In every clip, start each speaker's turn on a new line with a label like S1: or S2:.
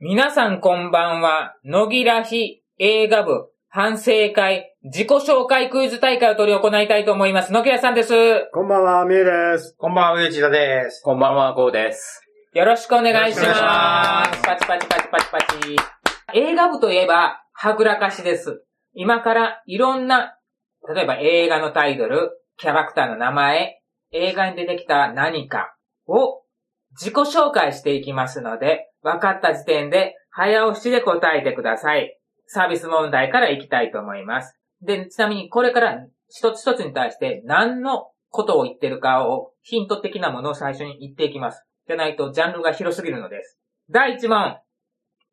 S1: 皆さんこんばんは。野木らひ映画部反省会自己紹介クイズ大会を取り行いたいと思います。野木らさんです。よ
S2: こんばんは、みえです。
S3: こんばんは、上地田です。
S4: こんばんは、こうです。
S1: ろしくお願いします。
S3: よろしくお願いしま
S1: パ
S3: す
S1: チパチパチパチパチ。映画部といえば、はぐらかしです。今からいろんな、例えば映画のタイトル、キャラクターの名前、映画に出てきた何かを自己紹介していきますので、分かった時点で早押しで答えてください。サービス問題からいきたいと思います。で、ちなみにこれから一つ一つに対して何のことを言ってるかをヒント的なものを最初に言っていきます。じゃないとジャンルが広すぎるのです。第1問。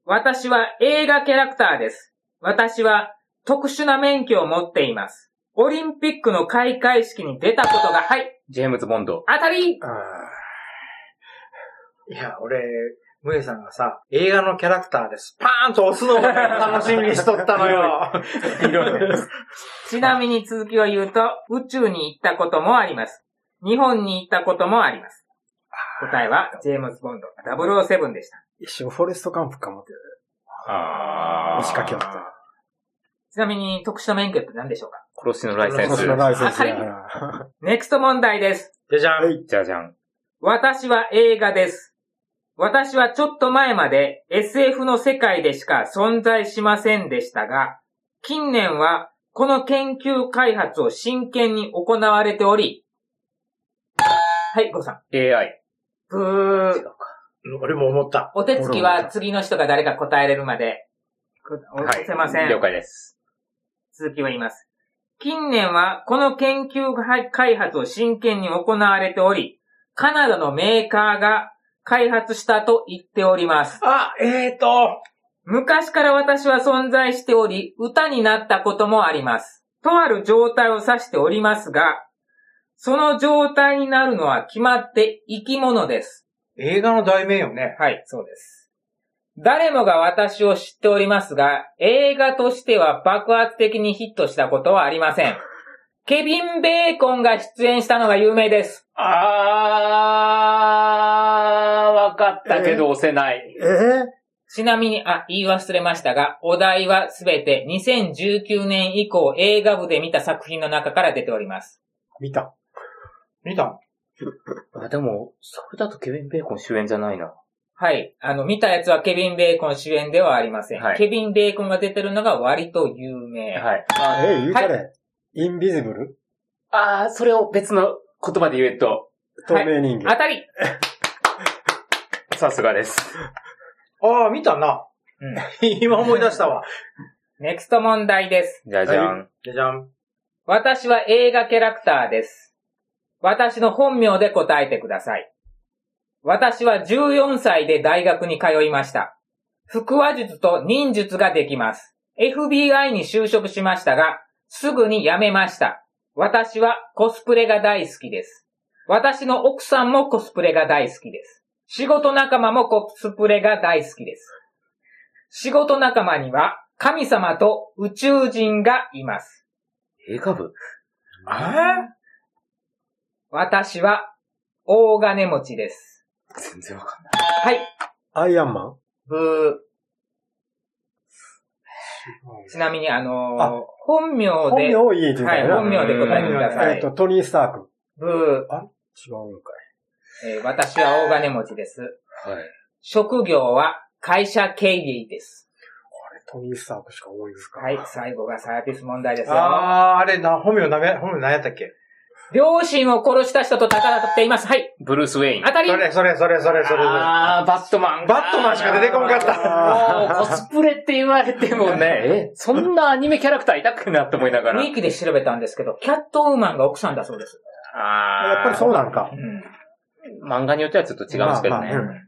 S1: 私は映画キャラクターです。私は特殊な免許を持っています。オリンピックの開会式に出たことが、はい、
S4: ジェームズ・ボンド。
S1: 当たり
S3: あーいや、俺、むえさんがさ、映画のキャラクターです。パーンと押すのをね楽しみにしとったのよ。
S4: いろいろです。
S1: ちなみに続きを言うと、宇宙に行ったこともあります。日本に行ったこともあります。答えは、ジェームズ・ボンド、007でした。
S2: 一瞬、フォレストカンプかもって、
S4: あー。
S2: 押しかけまし
S1: ちなみに、特殊な免許って何でしょうか
S4: 殺しの
S2: た。
S4: ライセンス。
S2: 私のライセンス
S1: はい
S2: やから。
S1: ネクスト問題です。
S3: じゃじゃん。
S4: じゃじゃん。
S1: 私は映画です。私はちょっと前まで SF の世界でしか存在しませんでしたが、近年はこの研究開発を真剣に行われており、はい、ごさん。
S4: AI。
S1: ブー。
S3: 俺も思った。
S1: お手つきは次の人が誰か答えれるまで、く押せません。
S4: 了解です。
S1: 続きを言います。近年はこの研究開発を真剣に行われており、カナダのメーカーが開発したと言っております。
S3: あ、えーと、
S1: 昔から私は存在しており、歌になったこともあります。とある状態を指しておりますが、その状態になるのは決まって生き物です。
S3: 映画の題名よね。
S1: はい、そうです。誰もが私を知っておりますが、映画としては爆発的にヒットしたことはありま せん。ケビン・ベーコンが出演したのが有名です。
S4: あー、わかったけど押せない。
S2: え
S1: ちなみに、あ、言い忘れましたが、お題はすべて2019年以降映画部で見た作品の中から出ております。
S2: 見た。
S3: 見た
S4: あ、でも、それだとケビン・ベーコン主演じゃないな。
S1: はい。あの、見たやつはケビン・ベーコン主演ではありません。
S4: はい
S1: ケビン・ベーコンが出てるのが割と有名。
S4: はい。
S2: え、言うたれ。インビジブル
S4: あー、それを別の言葉で言えと、
S2: 透明人
S1: 当
S2: 間。
S1: たり
S4: さすがです。
S3: ああ、見たな。
S1: うん。
S3: 今思い出したわ。
S1: ネクスト問題です。
S4: じゃじゃん。
S3: じゃじゃん。
S1: 私は映画キャラクターです。私の本名で答えてください。私は14歳で大学に通いました。腹話術と忍術ができます。FBI に就職しましたが、すぐに辞めました。私はコスプレが大好きです。私の奥さんもコスプレが大好きです。仕事仲間もコスプレが大好きです。仕事仲間には神様と宇宙人がいます。
S4: 映画部
S3: あ
S1: 私は、大金持ちです。
S4: 全然わかんない。
S1: はい。
S2: アイアンマン
S1: ブー。ちなみに、あのー
S2: あ
S1: 本名
S2: 本
S1: で
S2: 名、を言えって言うた
S1: はい、
S2: よ
S1: 本名
S2: な。
S1: で答えてくださ
S2: えっ
S1: い。
S2: と、トニー・スターク。
S1: ブ
S2: 違うんか
S1: ー、えー私は大金持ちです。
S4: はい。
S1: 職業は会社経理です。
S2: い。トニー・スタークしか多いですか。
S1: はい、最後がサービス問題です
S3: あ、
S1: よ。
S3: あーあれな、本名なめ、本名何やったっけ
S1: 両親を殺した人と戦っています。はい、
S4: ブルース・ウェイン。
S1: 当たり
S3: それ、それ、それ、それ、それ。
S4: あー、バットマン。
S3: バットマンしか出てこんかった
S4: あーもうコスプレって言われて もね、え、そんなアニメキャラクターいたくなって思いなが
S1: ウ
S4: ら。
S1: ィキで調べたんですけど、キャットウーマンが奥さんだそうです。
S4: あ
S2: やっぱりそうなんか
S1: う。ん。
S4: 漫画によってはちょっと違うんですけどね。
S2: まあまあうん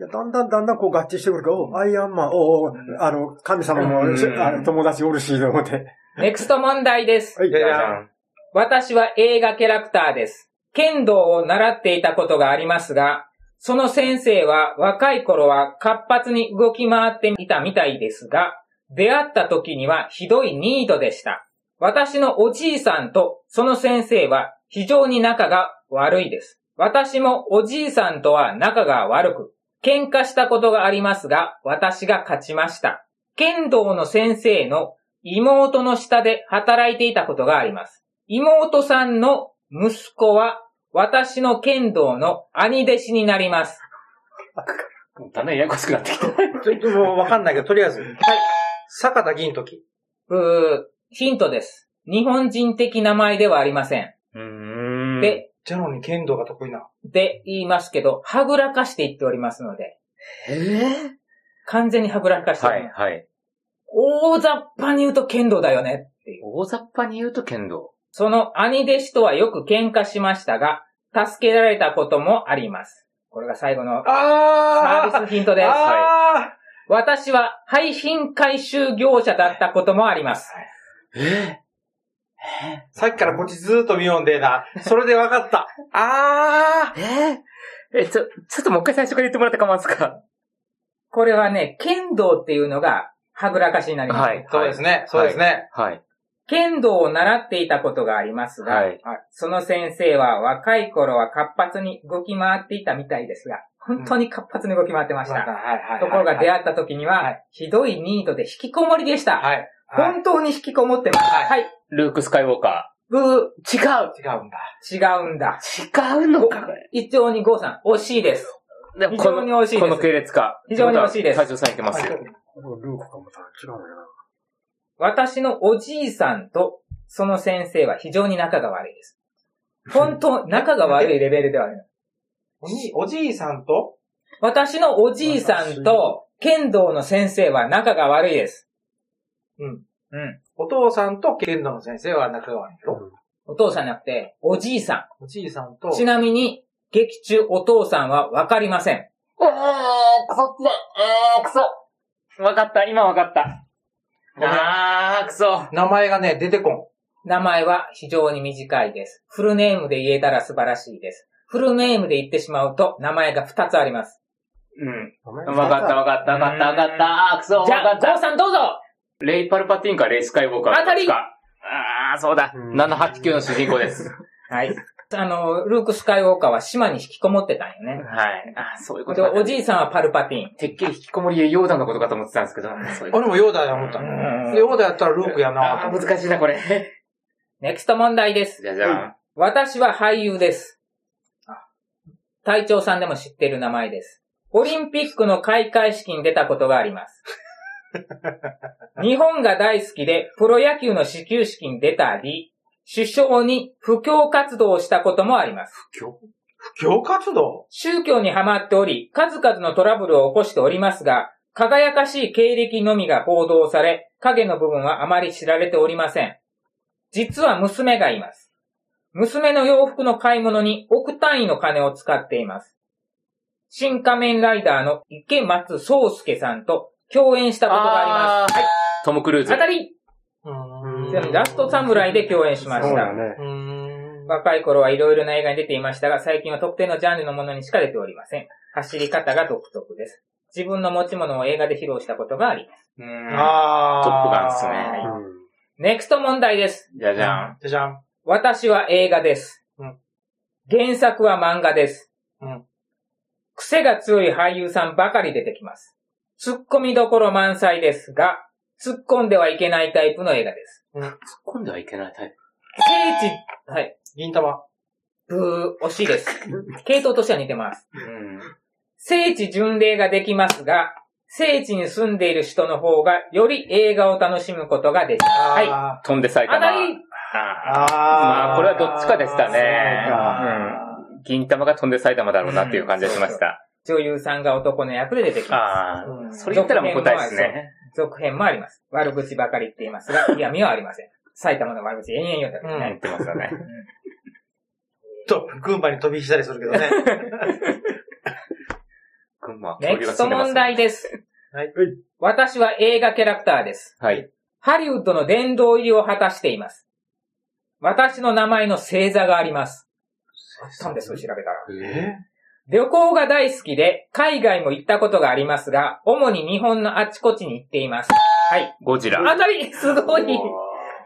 S2: いやだんだんだんだんこう合致してくるから、お、アイアンマン、おお、あの、神様も、
S4: うん
S2: あの友達おるし、と思って。
S1: ネクスト問題です。
S2: はい
S3: じゃ。じ
S4: じゃ
S3: ゃ
S4: じゃ
S3: ん。
S4: ん
S1: 私は映画キャラクターです。剣道を習っていたことがありますが、その先生は若い頃は活発に動き回っていたみたいですが、出会った時にはひどいニートでした。私のおじいさんとその先生は非常に仲が悪いです。私もおじいさんとは仲が悪く、喧嘩したことがありますが、私が勝ちました。剣道の先生の妹の下で働いていたことがあります。妹さんの息子は私の剣道の兄弟子になります。
S4: だんだんややこしくなってき
S3: ち
S4: た。
S3: ょっともうわかんないけど、とりあえず。はい。坂田銀時。
S1: うーヒントです。日本人的名前ではありません。
S4: うーん。
S1: で、
S3: じゃのに剣道が得意な。
S1: で言いますけど、はぐらかしていっておりますので、
S4: えー、
S1: 完全にはぐらかしてお
S4: は
S1: り
S4: い
S1: ます、
S4: はい。
S1: 大雑把に言うと剣道だよねっていう。
S4: 大雑把に言うと剣道。
S1: その兄弟子とはよく喧嘩しましたが、助けられたこともあります。これが最後のサ
S3: あ
S1: ービスヒントです。
S3: あ
S1: 私は廃品回収業者だったこともあります。
S4: え
S3: さっきからこっちずーっと見よんでえな。それでわかった。あ
S4: ー、えー、え、ちょ、ちょっともう一回最初から言ってもらって構いますか
S1: これはね、剣道っていうのがはぐらかしになります。
S4: はい
S3: あ。そうですね。そうですね。
S4: はい。
S1: 剣道を習っていたことがありますが、
S4: はい
S1: その先生は若い頃は活発に動き回っていたみたいですが、本当に活発に動き回ってまし
S3: はい
S1: た。
S3: はい
S1: ところが出会
S3: 会
S1: った時には、ひどいニートで引きこもりでした。
S3: はい。はい。
S1: 本当に引きこもってました。
S3: は
S1: はい。
S4: ルーク・スカイウォーカ
S1: ブー、
S4: ー。違う
S3: 違うんだ。
S1: 違うんだ。
S4: 違うのか
S1: 一丁にゴーさん、惜しいです。
S4: でもこの
S1: 非常に美味しいです
S4: この系列か。
S1: 非常に美味しいです
S4: ってことは最初さんいけますよ。
S2: ルークかもた違うんだよな。
S1: 私のおじいさんとその先生は非常に仲が悪いです。本当、仲が悪いレベルではあります。
S3: おじ、おじいさんと
S1: 私のおじいさんと剣道の先生は仲が悪いです。
S3: うん。
S1: うん。
S3: お父さんと剣道の先生は仲が悪いよ。
S1: お父さんじゃなくて、おじいさ
S3: おじいさんと
S1: ん。、ちなみに、劇中お父さんはわかりません。
S4: あー、くそつらい。あー、くそ。わかった、今わかった。
S3: ごめん
S4: あー、くそ。
S3: 名前がね、出てこん。
S1: 名前は非常に短いです。フルネームで言えたら素晴らしいです。フルネームで言ってしまうと名前が2つあります。
S4: う
S2: 名前
S4: ん。わかった、わかった、わかった、わかった。あー、くそ、わ
S1: じ
S4: か
S1: ゃあ、ゴ
S4: っ
S1: ー
S4: た。
S1: さんどうぞ
S4: レイ・パルパティンか、レイ・スカイウォーカーか。
S1: 当たり
S4: あー、そうだ。
S2: うん
S4: 789の主人公です。
S1: はい。あの、ルーク・スカイウォーカーは島に引きこもってたんよね。
S4: はい。あー、そういうこ
S1: で、
S4: と
S1: お
S4: か。
S1: じいさんはパルパティン。
S4: てっきり引きこもりでヨーダのことかと思ってたんですけど、そういうこと
S3: 俺もヨーダや思った。
S1: うん
S3: ヨーダやったらルークやな
S4: あー、難しいな、これ。
S1: ネクスト問題です。
S4: じゃじゃん。
S1: 私は俳優です。隊長さんでも知ってる名前です。オリンピックの開会式に出たことがあります。日本が大好きで、プロ野球の始球式に出たり、首相に布教活動をしたこともあります。
S3: 布教活動
S1: 宗教にハマっており、数々のトラブルを起こしておりますが、輝かしい経歴のみが報道され、影の部分はあまり知られておりません。実は娘がいます。娘の洋服の買い物に億単位の金を使っています。新仮面ライダーの池松壮介さんと共演したことがあります。はい。
S4: トム・クルーズ
S1: 当。たり
S3: う
S2: うん
S1: ちなみにラストサムライで共演しま
S2: そ
S1: し
S2: う
S1: た
S2: だ。ね。
S3: うーん。
S1: 若い頃はいろいろな映画に出ていましたが、最近は特定のジャンルのものにしか出ておりません。走り方が独特です。自分の持ち物を映画で披露したことがあります。
S4: う
S3: あ
S4: ん
S3: ー
S4: トップガンっすね
S1: ネクスト問題です。
S4: じゃじゃん。
S3: じゃじゃん。
S1: 私は映画です。
S3: うん
S1: 原作は漫画です。
S3: うん
S1: 癖が強い俳優さんばかり出てきます。突っ込みどころ満載ですが、突っ込んではいけないタイプの映画です。
S4: 突っ込んではいけないタイ
S1: 聖地、はい、
S3: 銀玉。
S1: ブー、惜しいです。系統としては似てます。
S4: プ。う
S1: 聖地巡礼ができますが、聖地に住んでいる人の方が、より映画を楽しむことができます。はい。あ
S3: あ
S4: ん。飛んで埼玉。
S1: たり
S4: あ
S3: あ。
S4: ーまあこれはどっちかでしたね
S3: そうか
S4: 銀玉が飛んで埼玉だろうなっていう感じがしました。
S1: 女優さんが男の役で出てきま
S4: あ
S3: う
S4: あ。
S3: ん
S4: それ言ったらもう答えですね。
S1: す。続編もあります。悪口ばかり言っています が、嫌味はありません。埼玉の悪口、延々言うたら、
S3: うん
S4: 言ってますよね。
S3: と、群馬に飛び火したりするけどね。
S4: 群馬は
S1: ネ
S4: 恐竜
S1: ク
S4: が
S1: ス
S4: 住
S1: ト
S4: んでます
S1: 問題です。
S3: はい。
S1: 私は映画キャラクターです。
S4: はい。
S1: ハリウッドの殿堂入りを果たしています。私の名前の星座があります。あったんです、調べたら。
S4: え
S1: 旅行が大好きで、海外も行ったことがありますが、主に日本のあちこちに行っています。はい。
S4: ゴジラ。
S1: 当たりすごい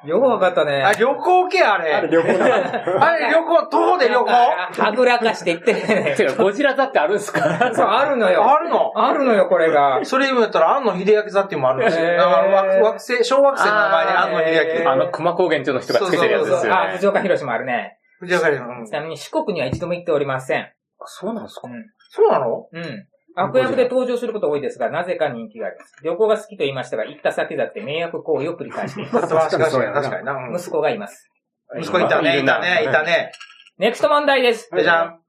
S1: よくわかったね
S3: あ、。旅行系あれ。
S2: あれ旅行だ。
S3: あれ旅行、徒歩で旅行
S1: はぐらかして言って ね
S4: て。か、ゴジラ座ってあるんすか
S1: そう、あるのよ。
S3: あるの
S1: あるのよ、これが。
S3: それ今やったら、安野秀明座っていうのもあるんですよ。
S1: へー
S3: あの惑惑星、小惑星の名前に
S1: あー
S3: 安野秀明って。
S4: あの、熊高原町の人がつけてるやつですよ
S1: あ、
S4: ね
S1: 藤。岡広もあるね。
S3: 藤原さんうん
S1: ちなみに四国には一度も行っておりません。
S4: そうなんですか
S3: そうなの
S1: うん。うん。悪役で登場することが多いですが、なぜか人気があります。旅行が好きと言いましたが、行った先々で迷惑行為を繰り返していま
S3: 確かに確
S2: そう
S3: か
S2: や
S3: に
S2: な
S3: 確かにな。うん
S1: す。息子がいます。
S3: 息子いたね、いたね、いたね。
S1: ネクスト問題です。
S2: はい
S3: じゃん。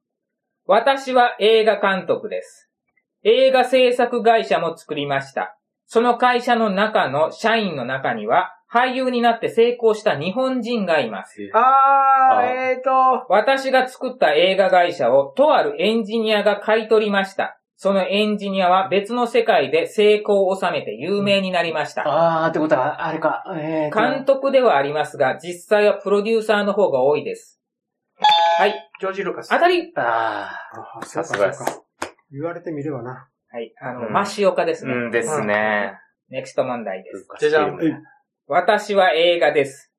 S1: 私は映画監督です。映画制作会社も作りました。その会社の中の社員の中には、俳優になって成功した日本人がいます。
S3: あ
S4: あ
S3: ー、えーと、
S1: 私が作った映画会社をとあるエンジニアが買い取りました。そのエンジニアは別の世界で成功を収めて有名になりました。
S4: あーってことは、あれか。えーと
S1: 監督ではありますが、実際はプロデューサーの方が多いです。はい。
S3: ジョージ・ルカス。
S1: 当たり
S4: あ
S2: あ
S4: さすがです。
S2: 言われてみればな。
S1: はい。あの、
S4: うん
S1: マシオカです
S4: ー
S1: ね。
S4: うんですね。
S1: ネクスト問題です。
S3: じゃじゃん
S2: えい
S1: 私は映画です。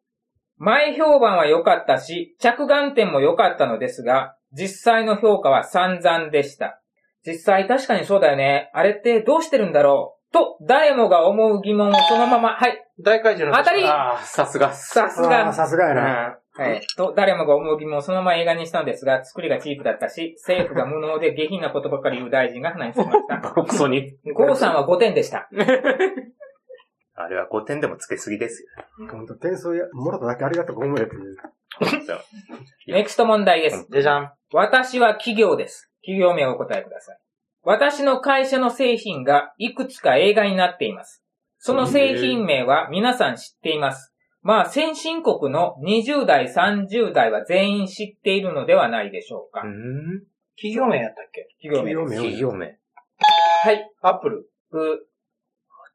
S1: 前評判は良かったし、着眼点も良かったのですが、実際の評価は散々でした。実際確かにそうだよね。あれってどうしてるんだろうと、誰もが思う疑問をそのまま、はい、
S3: 大怪獣の
S1: 当たり
S4: あーさすがっす。
S1: さす
S2: あー
S1: が、
S2: さすがやな。
S1: はい、と、誰もが思う疑問をそのまま映画にしたのですが、作りがチープだったし、政府が無能で下品なことばかり言う大臣が話につきました。
S4: ボロクソに。
S1: ゴーさんは5点でした。
S5: あれは5点でもつけすぎ ですよ。
S2: 本当点数や、もらっただけありがとうご思えという。
S1: ネクスト問題です。
S3: じゃじゃん。
S1: 私は企業です。企業名をお答えください。私の会社の製品がいくつか映画になっています。その製品名は皆さん知っています。まあ、先進国の20代、30代は全員知っているのではないでしょうか。
S5: ん
S3: 企業名やったっけ
S1: 企業名です。
S2: 名
S5: 企業名。
S1: はい。
S3: アップル。
S1: う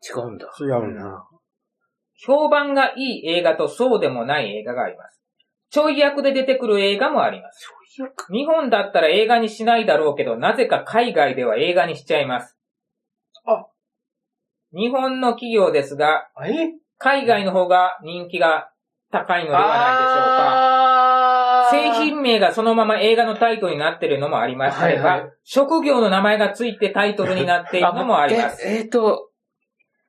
S5: 違うんだ。
S2: 違うな。
S1: 評判がいい映画とそうでもない映画があります。ちょい役で出てくる映画もあります。日本だったら映画にしないだろうけど、なぜか海外では映画にしちゃいます。
S3: あ
S1: 日本の企業ですが、
S3: あえ
S1: 海外の方が人気が高いのでは
S3: あ
S1: ないでしょうか。製品名がそのまま映画のタイトルになっているのもありましたが、
S3: はいは
S1: 職業の名前がついてタイトルになっているのもあります。
S4: ええーと、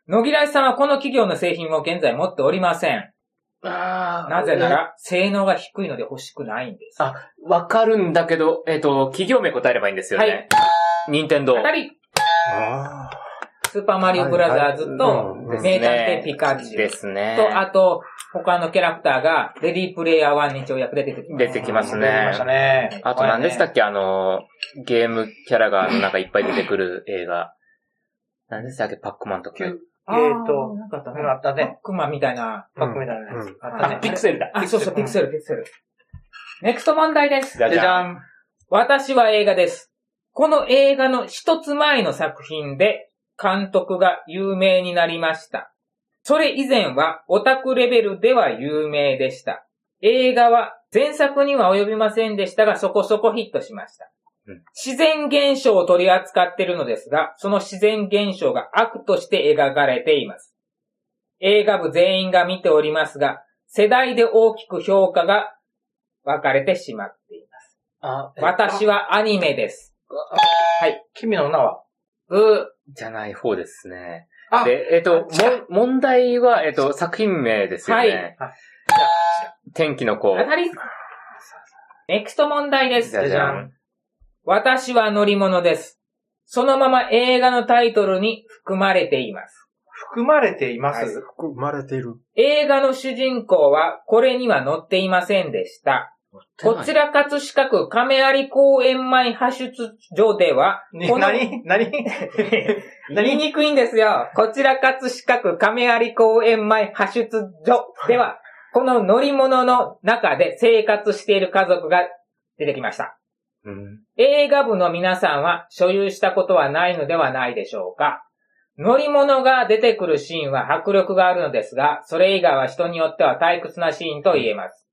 S1: 野木らしさんはこの企業の製品を現在持っておりません。
S4: あー
S1: なぜな。ら、性能が低いので欲しくないんです。
S4: あわかるんだけど、えっ、と、企業名答えればいいんですよ
S1: はい
S4: ね。任天堂
S1: 当たり
S2: あ
S1: スーパーマリオブラザーズと
S2: はいはいうん、
S1: 名探偵ピカチュ
S4: で
S1: ウ
S4: すね。
S1: と、あと、他のキャラクターが、レディープレイヤー1に跳躍で出てきます
S4: 出てきます
S3: 出てき
S4: ね
S3: まし。たね。
S4: あと何でした
S3: け
S4: っけあの、ゲームキャラがなんかいっぱい出てくる映画。何でしたっけパックマンとか。
S1: あー
S3: えーと
S1: なんかあったね。
S3: あったね。
S1: クマみたいな。
S3: バックみたいなや
S2: う
S3: つ
S2: ん。
S3: あった
S1: あ
S3: ね。
S1: ピク
S4: セルだ
S1: あ、そうそう、ピ
S3: ピク
S1: ク
S3: セ
S1: セル、ピクセル。ネクスト問題です。
S4: じゃ
S3: じ
S4: じ
S3: ゃじ
S4: ゃ
S3: ゃ
S4: ん。
S3: ん。
S1: 私は映画です。この映画の一つ前の作品で監督が有名になりました。それ以前はオタクレベルでは有名でした。映画は前作には及びませんでしたがそこそこヒットしました
S5: うん。
S1: 自然現象を取り扱っているのですが、その自然現象が悪として描かれています。映画部全員が見ておりますが、世代で大きく評価が分かれてしまっています。
S4: あ、
S1: 私はアニメです。
S3: 君の名は
S1: うー、
S4: じゃない方ですね。
S3: あ
S4: で、えっ、と、もん、問題は、えっ、と、作品名ですよ
S1: は
S4: ね。
S1: い
S3: あ
S4: 天気の子。
S1: 当たりネクスト問題で
S4: じ
S1: す。
S4: ゃじゃ
S3: じゃ
S4: ん。
S1: 私は乗り物です。そのまま映画のタイトルに含まれています。
S3: 含まれていま
S2: あ。
S3: す。
S2: 含まれている。
S1: 映画の主人公はこれには乗っていませんでした。こち
S4: ら。
S1: ら葛飾区亀有公園前派出所では、
S3: に
S1: この
S3: 何何
S1: 言いにくいんですよ。こちら葛飾区亀有公園前派出所では、この乗り物の中で生活している家族が出てきました。
S5: うん。
S1: 映画部の皆さんは所有したことはないのではないでしょうか。乗り物が出てくるシーンは迫力があるのですが、それ以外は人によっては退屈なシーンと言えます。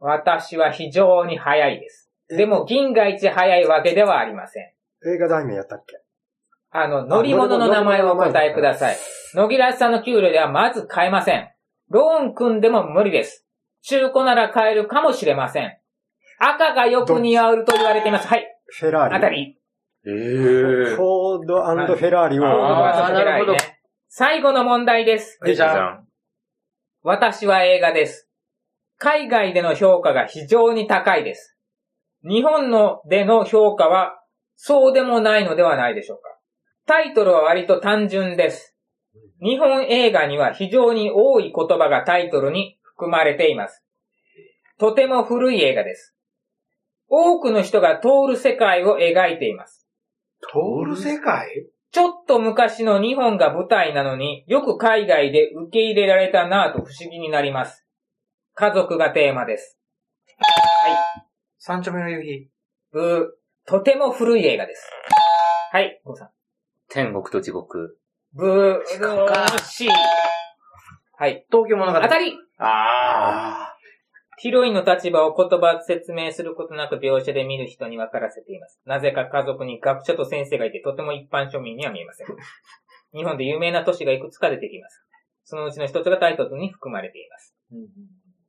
S1: 私は非常に早いです。でも銀河一早いわけではありません。
S2: 映画題名やったっけ
S1: あの、乗り物の名前をお答えください。野木らしさんの給料ではまず買えません。ローン組んでも無理です。中古なら買えるかもしれません。赤がよく似合うと言われています。はい。
S2: フェラ
S1: あた
S2: ーリ。
S1: り。
S5: え
S2: フ
S5: え
S2: ォードフェラーリを、
S1: フォード
S4: あー
S1: が避けられて
S4: なるほど
S1: 最後の問題です。
S5: じゃん。
S1: 私は映画です。海外での評価が非常に高いです。日本のでの評価はそうでもないのではないでしょうか。タイトルは割と単純です。日本映画には非常に多い言葉がタイトルに含まれています。とても古い映画です。多くの人が通る世界を描いています。
S3: 通る世界
S1: ちょっと昔の日本が舞台なのによく海外で受け入れられたなぁと不思議になります。家族がテーマです。
S3: 三丁目の夕
S1: うー、とても古い映画です。はい、ゴーさん。
S5: 天国と地獄。
S1: ブー、惜しい。はい。
S3: 日。東京物語。
S1: 当たり
S5: ああ。
S1: ヒロインの立場を言葉で説明することなく描写で見る人に分からせています。なぜか家族に学者と先生がいてとても一般庶民には見えません。日本で有名な都市がいくつか出てきます。そのうちの一つがタイトルに含まれています。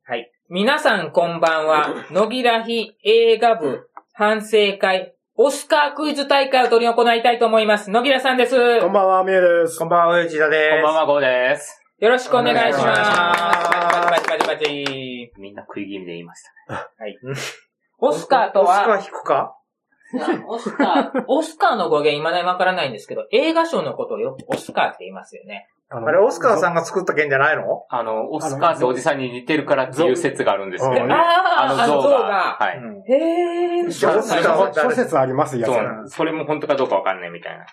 S1: はい。皆さんこんばんは。野木らひ映画部反省会オスカークイズ大会を取り行いたいと思います。野木らさんです。
S2: こんばんは、みえです。
S3: こんばんは、上地田です。
S5: こんばんは、ゴーです。
S1: よろしくお願いします。
S3: お願いします
S1: バチバチバチバチバチ。
S5: みんな食い気味で言いました。
S1: オスカーとは、
S3: オスカー引くか
S1: オスカー、オスカーの語源未だにわからないんですけど、映画賞のことをよくオスカーって言いますよね。
S2: あ
S3: あれ、オスカーさ
S2: ん。
S3: んが作った件じゃないの
S5: あの、オスカーっておじさんに似てるからっていう説があるんですけ
S2: そう
S5: ど
S2: ね
S5: ね。
S1: ああ、あの像が。
S5: は
S3: う
S5: い。
S1: へ
S3: ん。
S1: ー。
S3: じゃあ、オスカーは
S2: 諸
S3: 誰
S2: 説ありますやつ
S5: そう
S2: や。
S5: なんです。それも本当かどうかわかんないみたいな。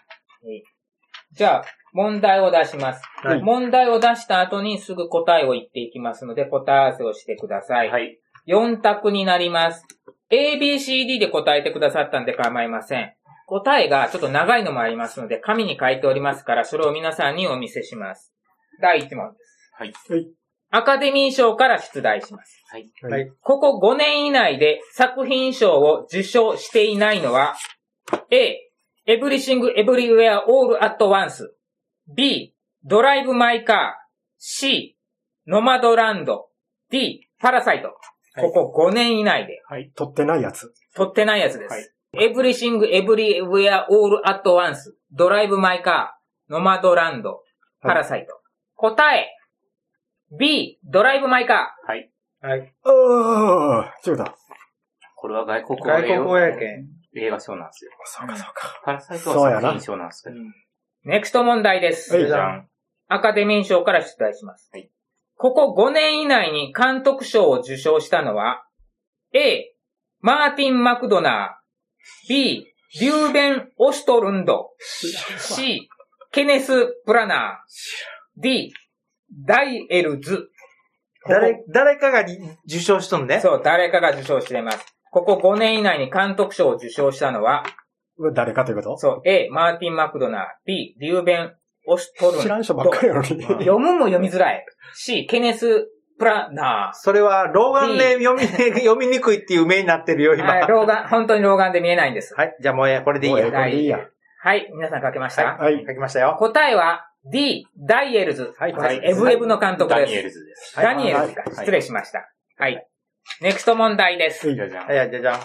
S1: じゃあ、問題を出します、
S3: はい
S1: 問題を出した後にすぐ答えを言っていきますので、答え合わせをしてください。
S5: はい。
S1: 4択になります。A, B, C, D で答えてくださったんで構いません。答えがちょっと長いのもありますので、紙に書いておりますから、それを皆さんにお見せします。第1問です。
S5: はい。
S1: アカデミー賞から出題します。
S5: はい。
S3: はい
S1: ここ5年以内で作品賞を受賞していないのは、A、Everything Everywhere All at Once、B、ドライブ・マイ・カー、C、ノマドランド、D、パラサイト。ここ5年以内で
S2: 取ってないやつ。
S1: 取ってないやつです。Everything Everywhere All at Once、ドライブ・マイ・カー、ノマドランド、パラサイト。答え、B、ドライブ・マイ・カー。
S5: はい。
S3: はい。
S2: ああ、違うだ。
S5: これは外国
S3: 外国語
S5: 語
S3: や
S5: 映
S3: けん。
S5: 映画賞なんですよ。
S2: そうか、そうか。
S5: パラサイトは作品賞なんですけど。
S1: ネクスト問題です。
S2: はい
S5: じゃん。
S1: アカデミー賞から出題します。
S5: はい
S1: ここ5年以内に監督賞を受賞したのは、A、マーティン・マクドナー、B、リューベン・オストルンド、C、ケネス・プラナー、D、ダイエルズ。
S3: 誰、誰かがに受賞しとんね。
S1: そう、誰かが受賞しています。ここ5年以内に監督賞を受賞したのは、
S2: 誰かということ
S1: そう、A、マーティン・マクドナー、B、リューベン・オストルンド。
S2: 知らん人ばっかりやのに。
S1: 読むも読みづらい。C、ケネス・プラナー。
S3: それは、老眼で読み、読みにくいっていう目になってるよ、今。
S1: はい、
S3: は
S1: 老眼、本当に老眼で見えないんです。
S3: い。じゃあもうええ、これでいい
S2: もうええ
S3: や。
S2: これでいいや。
S1: はい、皆さん書けました、
S2: は
S3: 書
S2: い。
S3: きましたよ。
S1: 答えは D、ダイエルズ。
S3: はい
S1: これエブエブの監督
S5: ダ
S1: です。
S5: ニエルズです。
S1: ダニエルズか
S5: はい
S1: 失礼しました。はい。ネクスト問題です。
S5: じゃじゃん
S3: はい、。じゃあじゃあ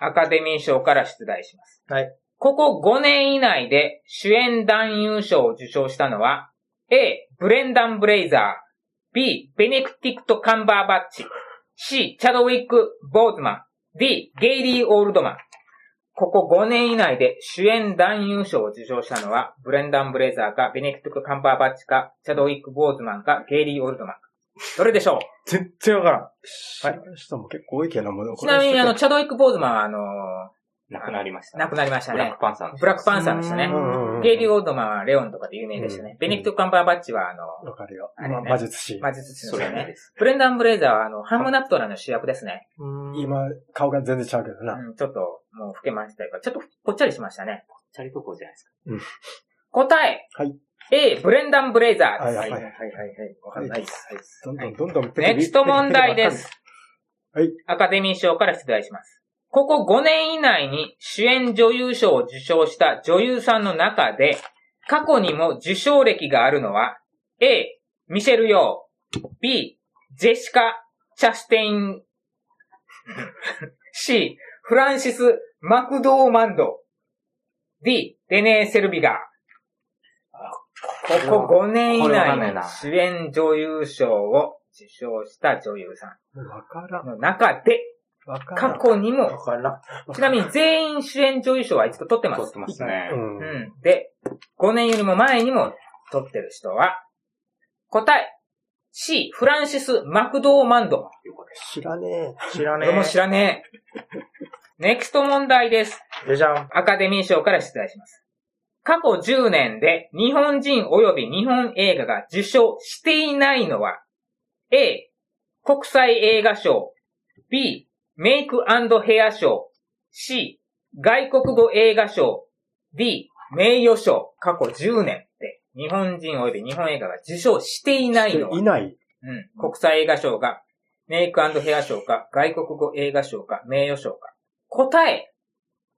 S1: アカデミー賞から出題します。
S3: はい。
S1: ここ5年以内で主演男優賞を受賞したのは、A、ブレンダン・ブレイザー。B、ベネクティクト・カンバーバッチ。C、チャドウィック・ボーズマン。D、ゲイリー・オールドマン。ここ5年以内で主演男優賞を受賞したのは、ブレンダン・ブレイザーか、ベネクティクト・カンバーバッチか、チャドウィック・ボーズマンか、ゲイリー・オールドマンか。どれでしょう
S3: 全然わからん。
S2: 知らん人も結構多いけども。
S1: ちなみに、あの、
S2: こ
S1: チャドウィック・ボーズマンは、あの
S5: 亡くなりました。
S1: ー亡くなりました
S5: ブラッ
S1: ね
S5: ク。パンサーの人
S1: ブラックパンサーでしたね
S2: れ、う。んうんうん
S1: ゲイリー・オールドマンはレオンとかで有名でしたね。
S2: うん
S1: ベネクト・カンバーバッチは、あの、
S2: わかるよ。
S1: あれね
S2: ま魔術師。
S1: 魔術師
S5: そ
S1: の
S5: れ
S1: 人
S5: なん
S1: ね
S5: で。す。
S1: ブレンダン・ブレイザーは、あの、ハムナプトラの主役ですね。
S2: 今、顔が全然違うけどな。
S1: うん、ちょっと、もう老けましたが、ちょっとぽっちゃりしましたね。
S5: チャリトコじゃないですか。
S1: 答え
S2: はい。
S1: !A、ブレンダン・ブレイザー
S2: はい
S1: で
S2: は
S1: す
S2: いは。
S3: はいいはいはい。わかんないです。はい
S2: どんどんどんどん。
S1: ネクスト問題で。す。
S2: はい。
S1: アカデミー賞から出題します。ここ5年以内に主演女優賞を受賞した女優さんの中で、過去にも受賞歴があるのは、A、ミシェル・ヨー。B、ジェシカ・チャステイン。C、フランシス・マクドーマンド。D、デネー・セルビガー。ここ5年以
S4: これわ
S1: 内
S4: かんない
S1: に
S4: な
S1: 主演女優賞を受賞した女優さ
S2: わから
S1: ん
S2: ん。
S1: の中で、
S2: わか
S1: 過去にも
S3: わ、からん。
S1: ちなみに全員主演女優賞は一度取ってま
S5: 撮っ
S1: す。
S5: てますね
S1: う
S2: ら。ん。うん。
S1: ん。で、5年よりも前にも取ってる人は、答え、C、フランシス・マクドーマンド。
S2: 知らね
S3: 知らね
S1: 俺も知
S3: え。
S1: らねえ。ネクスト問題です。
S3: じゃじゃん。
S1: アカデミー賞から出題します。過去10年で日本人及び日本映画が受賞していないのは、A、国際映画賞、B、メイクヘア賞、C、外国語映画賞、D、名誉賞、過去10年で日本人及び日本映画が受賞していな
S2: え。
S1: いのは、
S2: いない。
S1: うん。国際映画賞が、メイクヘア賞か、外国語映画賞か、名誉賞か。答え、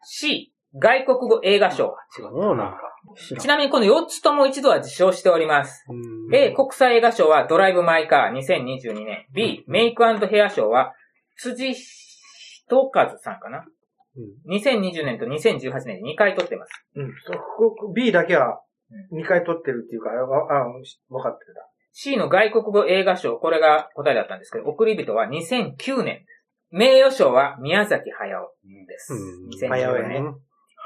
S1: C、外国語映画賞。
S2: そうなんか。知ら
S1: ち
S2: ん。
S1: なみにこの4つとも一度は受賞しております。
S2: うん
S1: A、国際映画賞はドライブ・マイ・カー2022年。B、メイクヘア賞は辻人和さんかな
S2: うん。
S1: 2020年と2018年で2回撮ってます。
S3: うん。ここ B だけは2回取ってるっていうから、あ、あ分かってる
S1: C の外国語映画賞、これが答えだったんですけど、送り人は2009年です。名誉賞は宮崎駿です。
S2: うん
S1: 2014
S3: 早い
S1: 年。
S2: ね。
S1: はい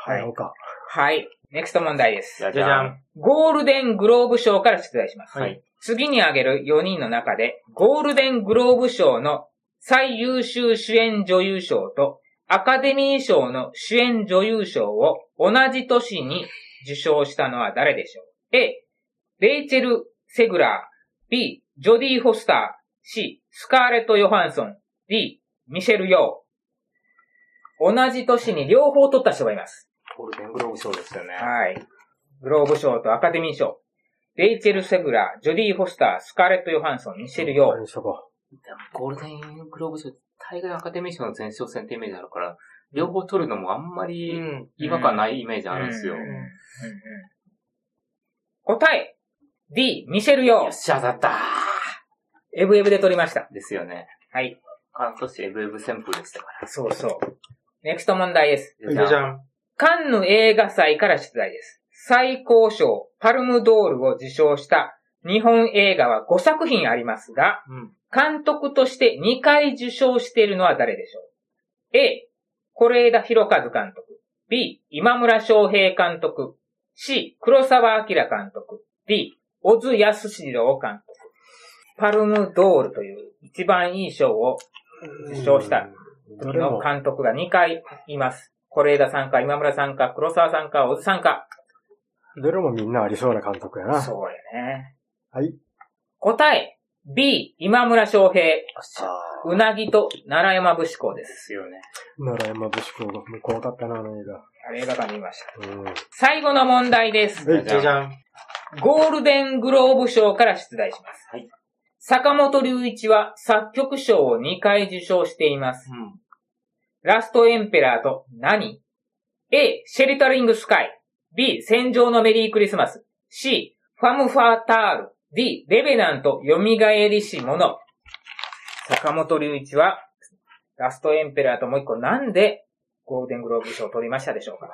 S2: 早うか。
S1: はい。ネクスト問題です
S5: じ。ゃ
S3: じ
S5: じ
S3: ゃじゃ
S5: ゃ
S3: ん
S5: ん。
S1: ゴールデングローブ賞から出題します。
S5: はい。
S1: 次に挙げる4人の中で、ゴールデングローブ賞の最優秀主演女優賞とアカデミー賞の主演女優賞を同じ年に受賞したのは誰でしょう ?A、レイチェル・セグラー B、ジョディ・フォスター C、スカーレット・ヨハンソン D、ミシェル・ヨー同じ年に両方取った人がいます。
S5: ゴールデングローブ賞ですよね。
S1: はい。グローブ賞とアカデミー賞。レイチェル・セグラー、ジョディ・フォスター、スカーレット・ヨハンソン、ミシェル・ヨ
S2: 何しとこ
S5: でもゴールデングローブ賞、大概アカデミー賞の前哨戦ってイメージあるから、両方取るのもあんま
S3: う
S5: り
S3: ん。
S5: 違和感ないイメージ
S1: ー。
S5: あるんですよ。
S1: うう
S5: よ
S1: ん答え !D、ミシェル・ヨ
S5: っ
S1: ー。
S5: しゃ、だった
S1: エブエブで取りました。
S5: ですよね。
S1: はい。
S5: あの年エブエブ旋風でしたから。
S1: そうそう。ネクスト問題です。
S3: じゃじゃん。
S1: カンヌ映画祭から出題です。最高賞、パルムドールを受賞した日本映画は5作品ありますが、
S3: うん。
S1: 監督として2回受賞しているのは誰でしょう ?A、是枝裕和監督。B、今村昌平監督。C、黒沢明監督。D、小津安史郎監督。パルムドールという一番いい賞を
S2: う。
S1: 受賞した
S2: うん。どれ
S1: の
S2: も。
S1: 監督が2回います。是枝さんか、今村さんか、黒沢さんか、小津さんか。
S2: どれもみんなありそうな監督やな。
S1: そうやね。
S2: はい。
S1: 答え、B、今村昌平。
S2: あ
S1: うなぎと奈良山節子です
S5: で。すよね。
S2: ー奈良山武士公が、もう怖かったな、あの映画。
S1: あれ映画館で見ました。
S2: うん。
S1: 最後の問題です。
S2: はい
S3: じゃじゃん。
S1: ゴールデングローブ賞から出題します。
S5: はい
S1: 坂本龍一は作曲賞を2回受賞しています。
S5: うん。
S1: ラストエンペラーと何 ?A、シェルタリングスカイ。B、戦場のメリークリスマス。C、ファムファータール。D、レベナント、蘇りし者。坂本龍一は、ラストエンペラーともう一個なんで、ゴールデングローブ賞を取りましたでしょうか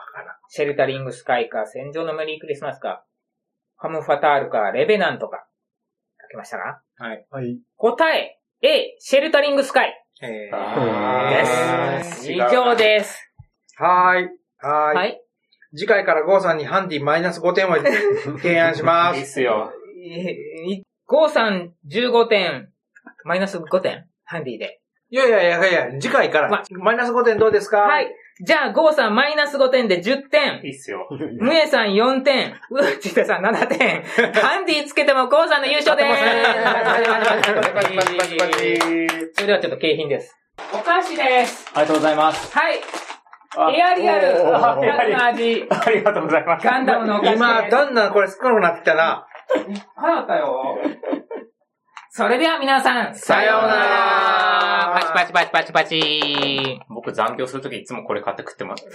S1: シェルタリングスカイか、戦場のメリークリスマスか、ファムファタールか、レベナントか。書けましたか
S2: はい。
S1: 答え、A、シェルタリングスカイ
S3: え
S5: あ
S1: で
S5: ー
S1: す。
S5: 違
S1: 以
S5: う
S1: 上です。
S3: ー。はーい。はーい。
S1: はい。
S3: 次回からゴーさんにハンディマイナス5点を 提案しま
S5: いいっ
S3: す。
S5: すよ。
S1: えゴーさん15点、マイナス5点、ハンディで。
S3: いやいやいやいやいや、次回か
S1: ま
S3: ら、マイナス5点どうですか
S1: はい。。じゃあ、ゴーさんマイナス5点で10点
S5: い。いっすよ。
S1: ムエさん4点。ウーチタさん7点。ハンディつけてもゴーさんの優勝でーす。それではちょっと景品です。お菓子です。
S4: ありがとうございます。
S1: はい。
S5: あ
S1: エアリアル。
S2: おー
S1: ガンダムの味。
S5: ありがとうございます。
S1: ガンダムのお菓子です。
S3: 今、だんだんこれ少なくなってきたな。
S1: 早かったよ。それでは皆さん、
S3: さようなら
S1: パチパチパチパチパチ。
S5: 僕残業するときいつもこれ買って食ってます。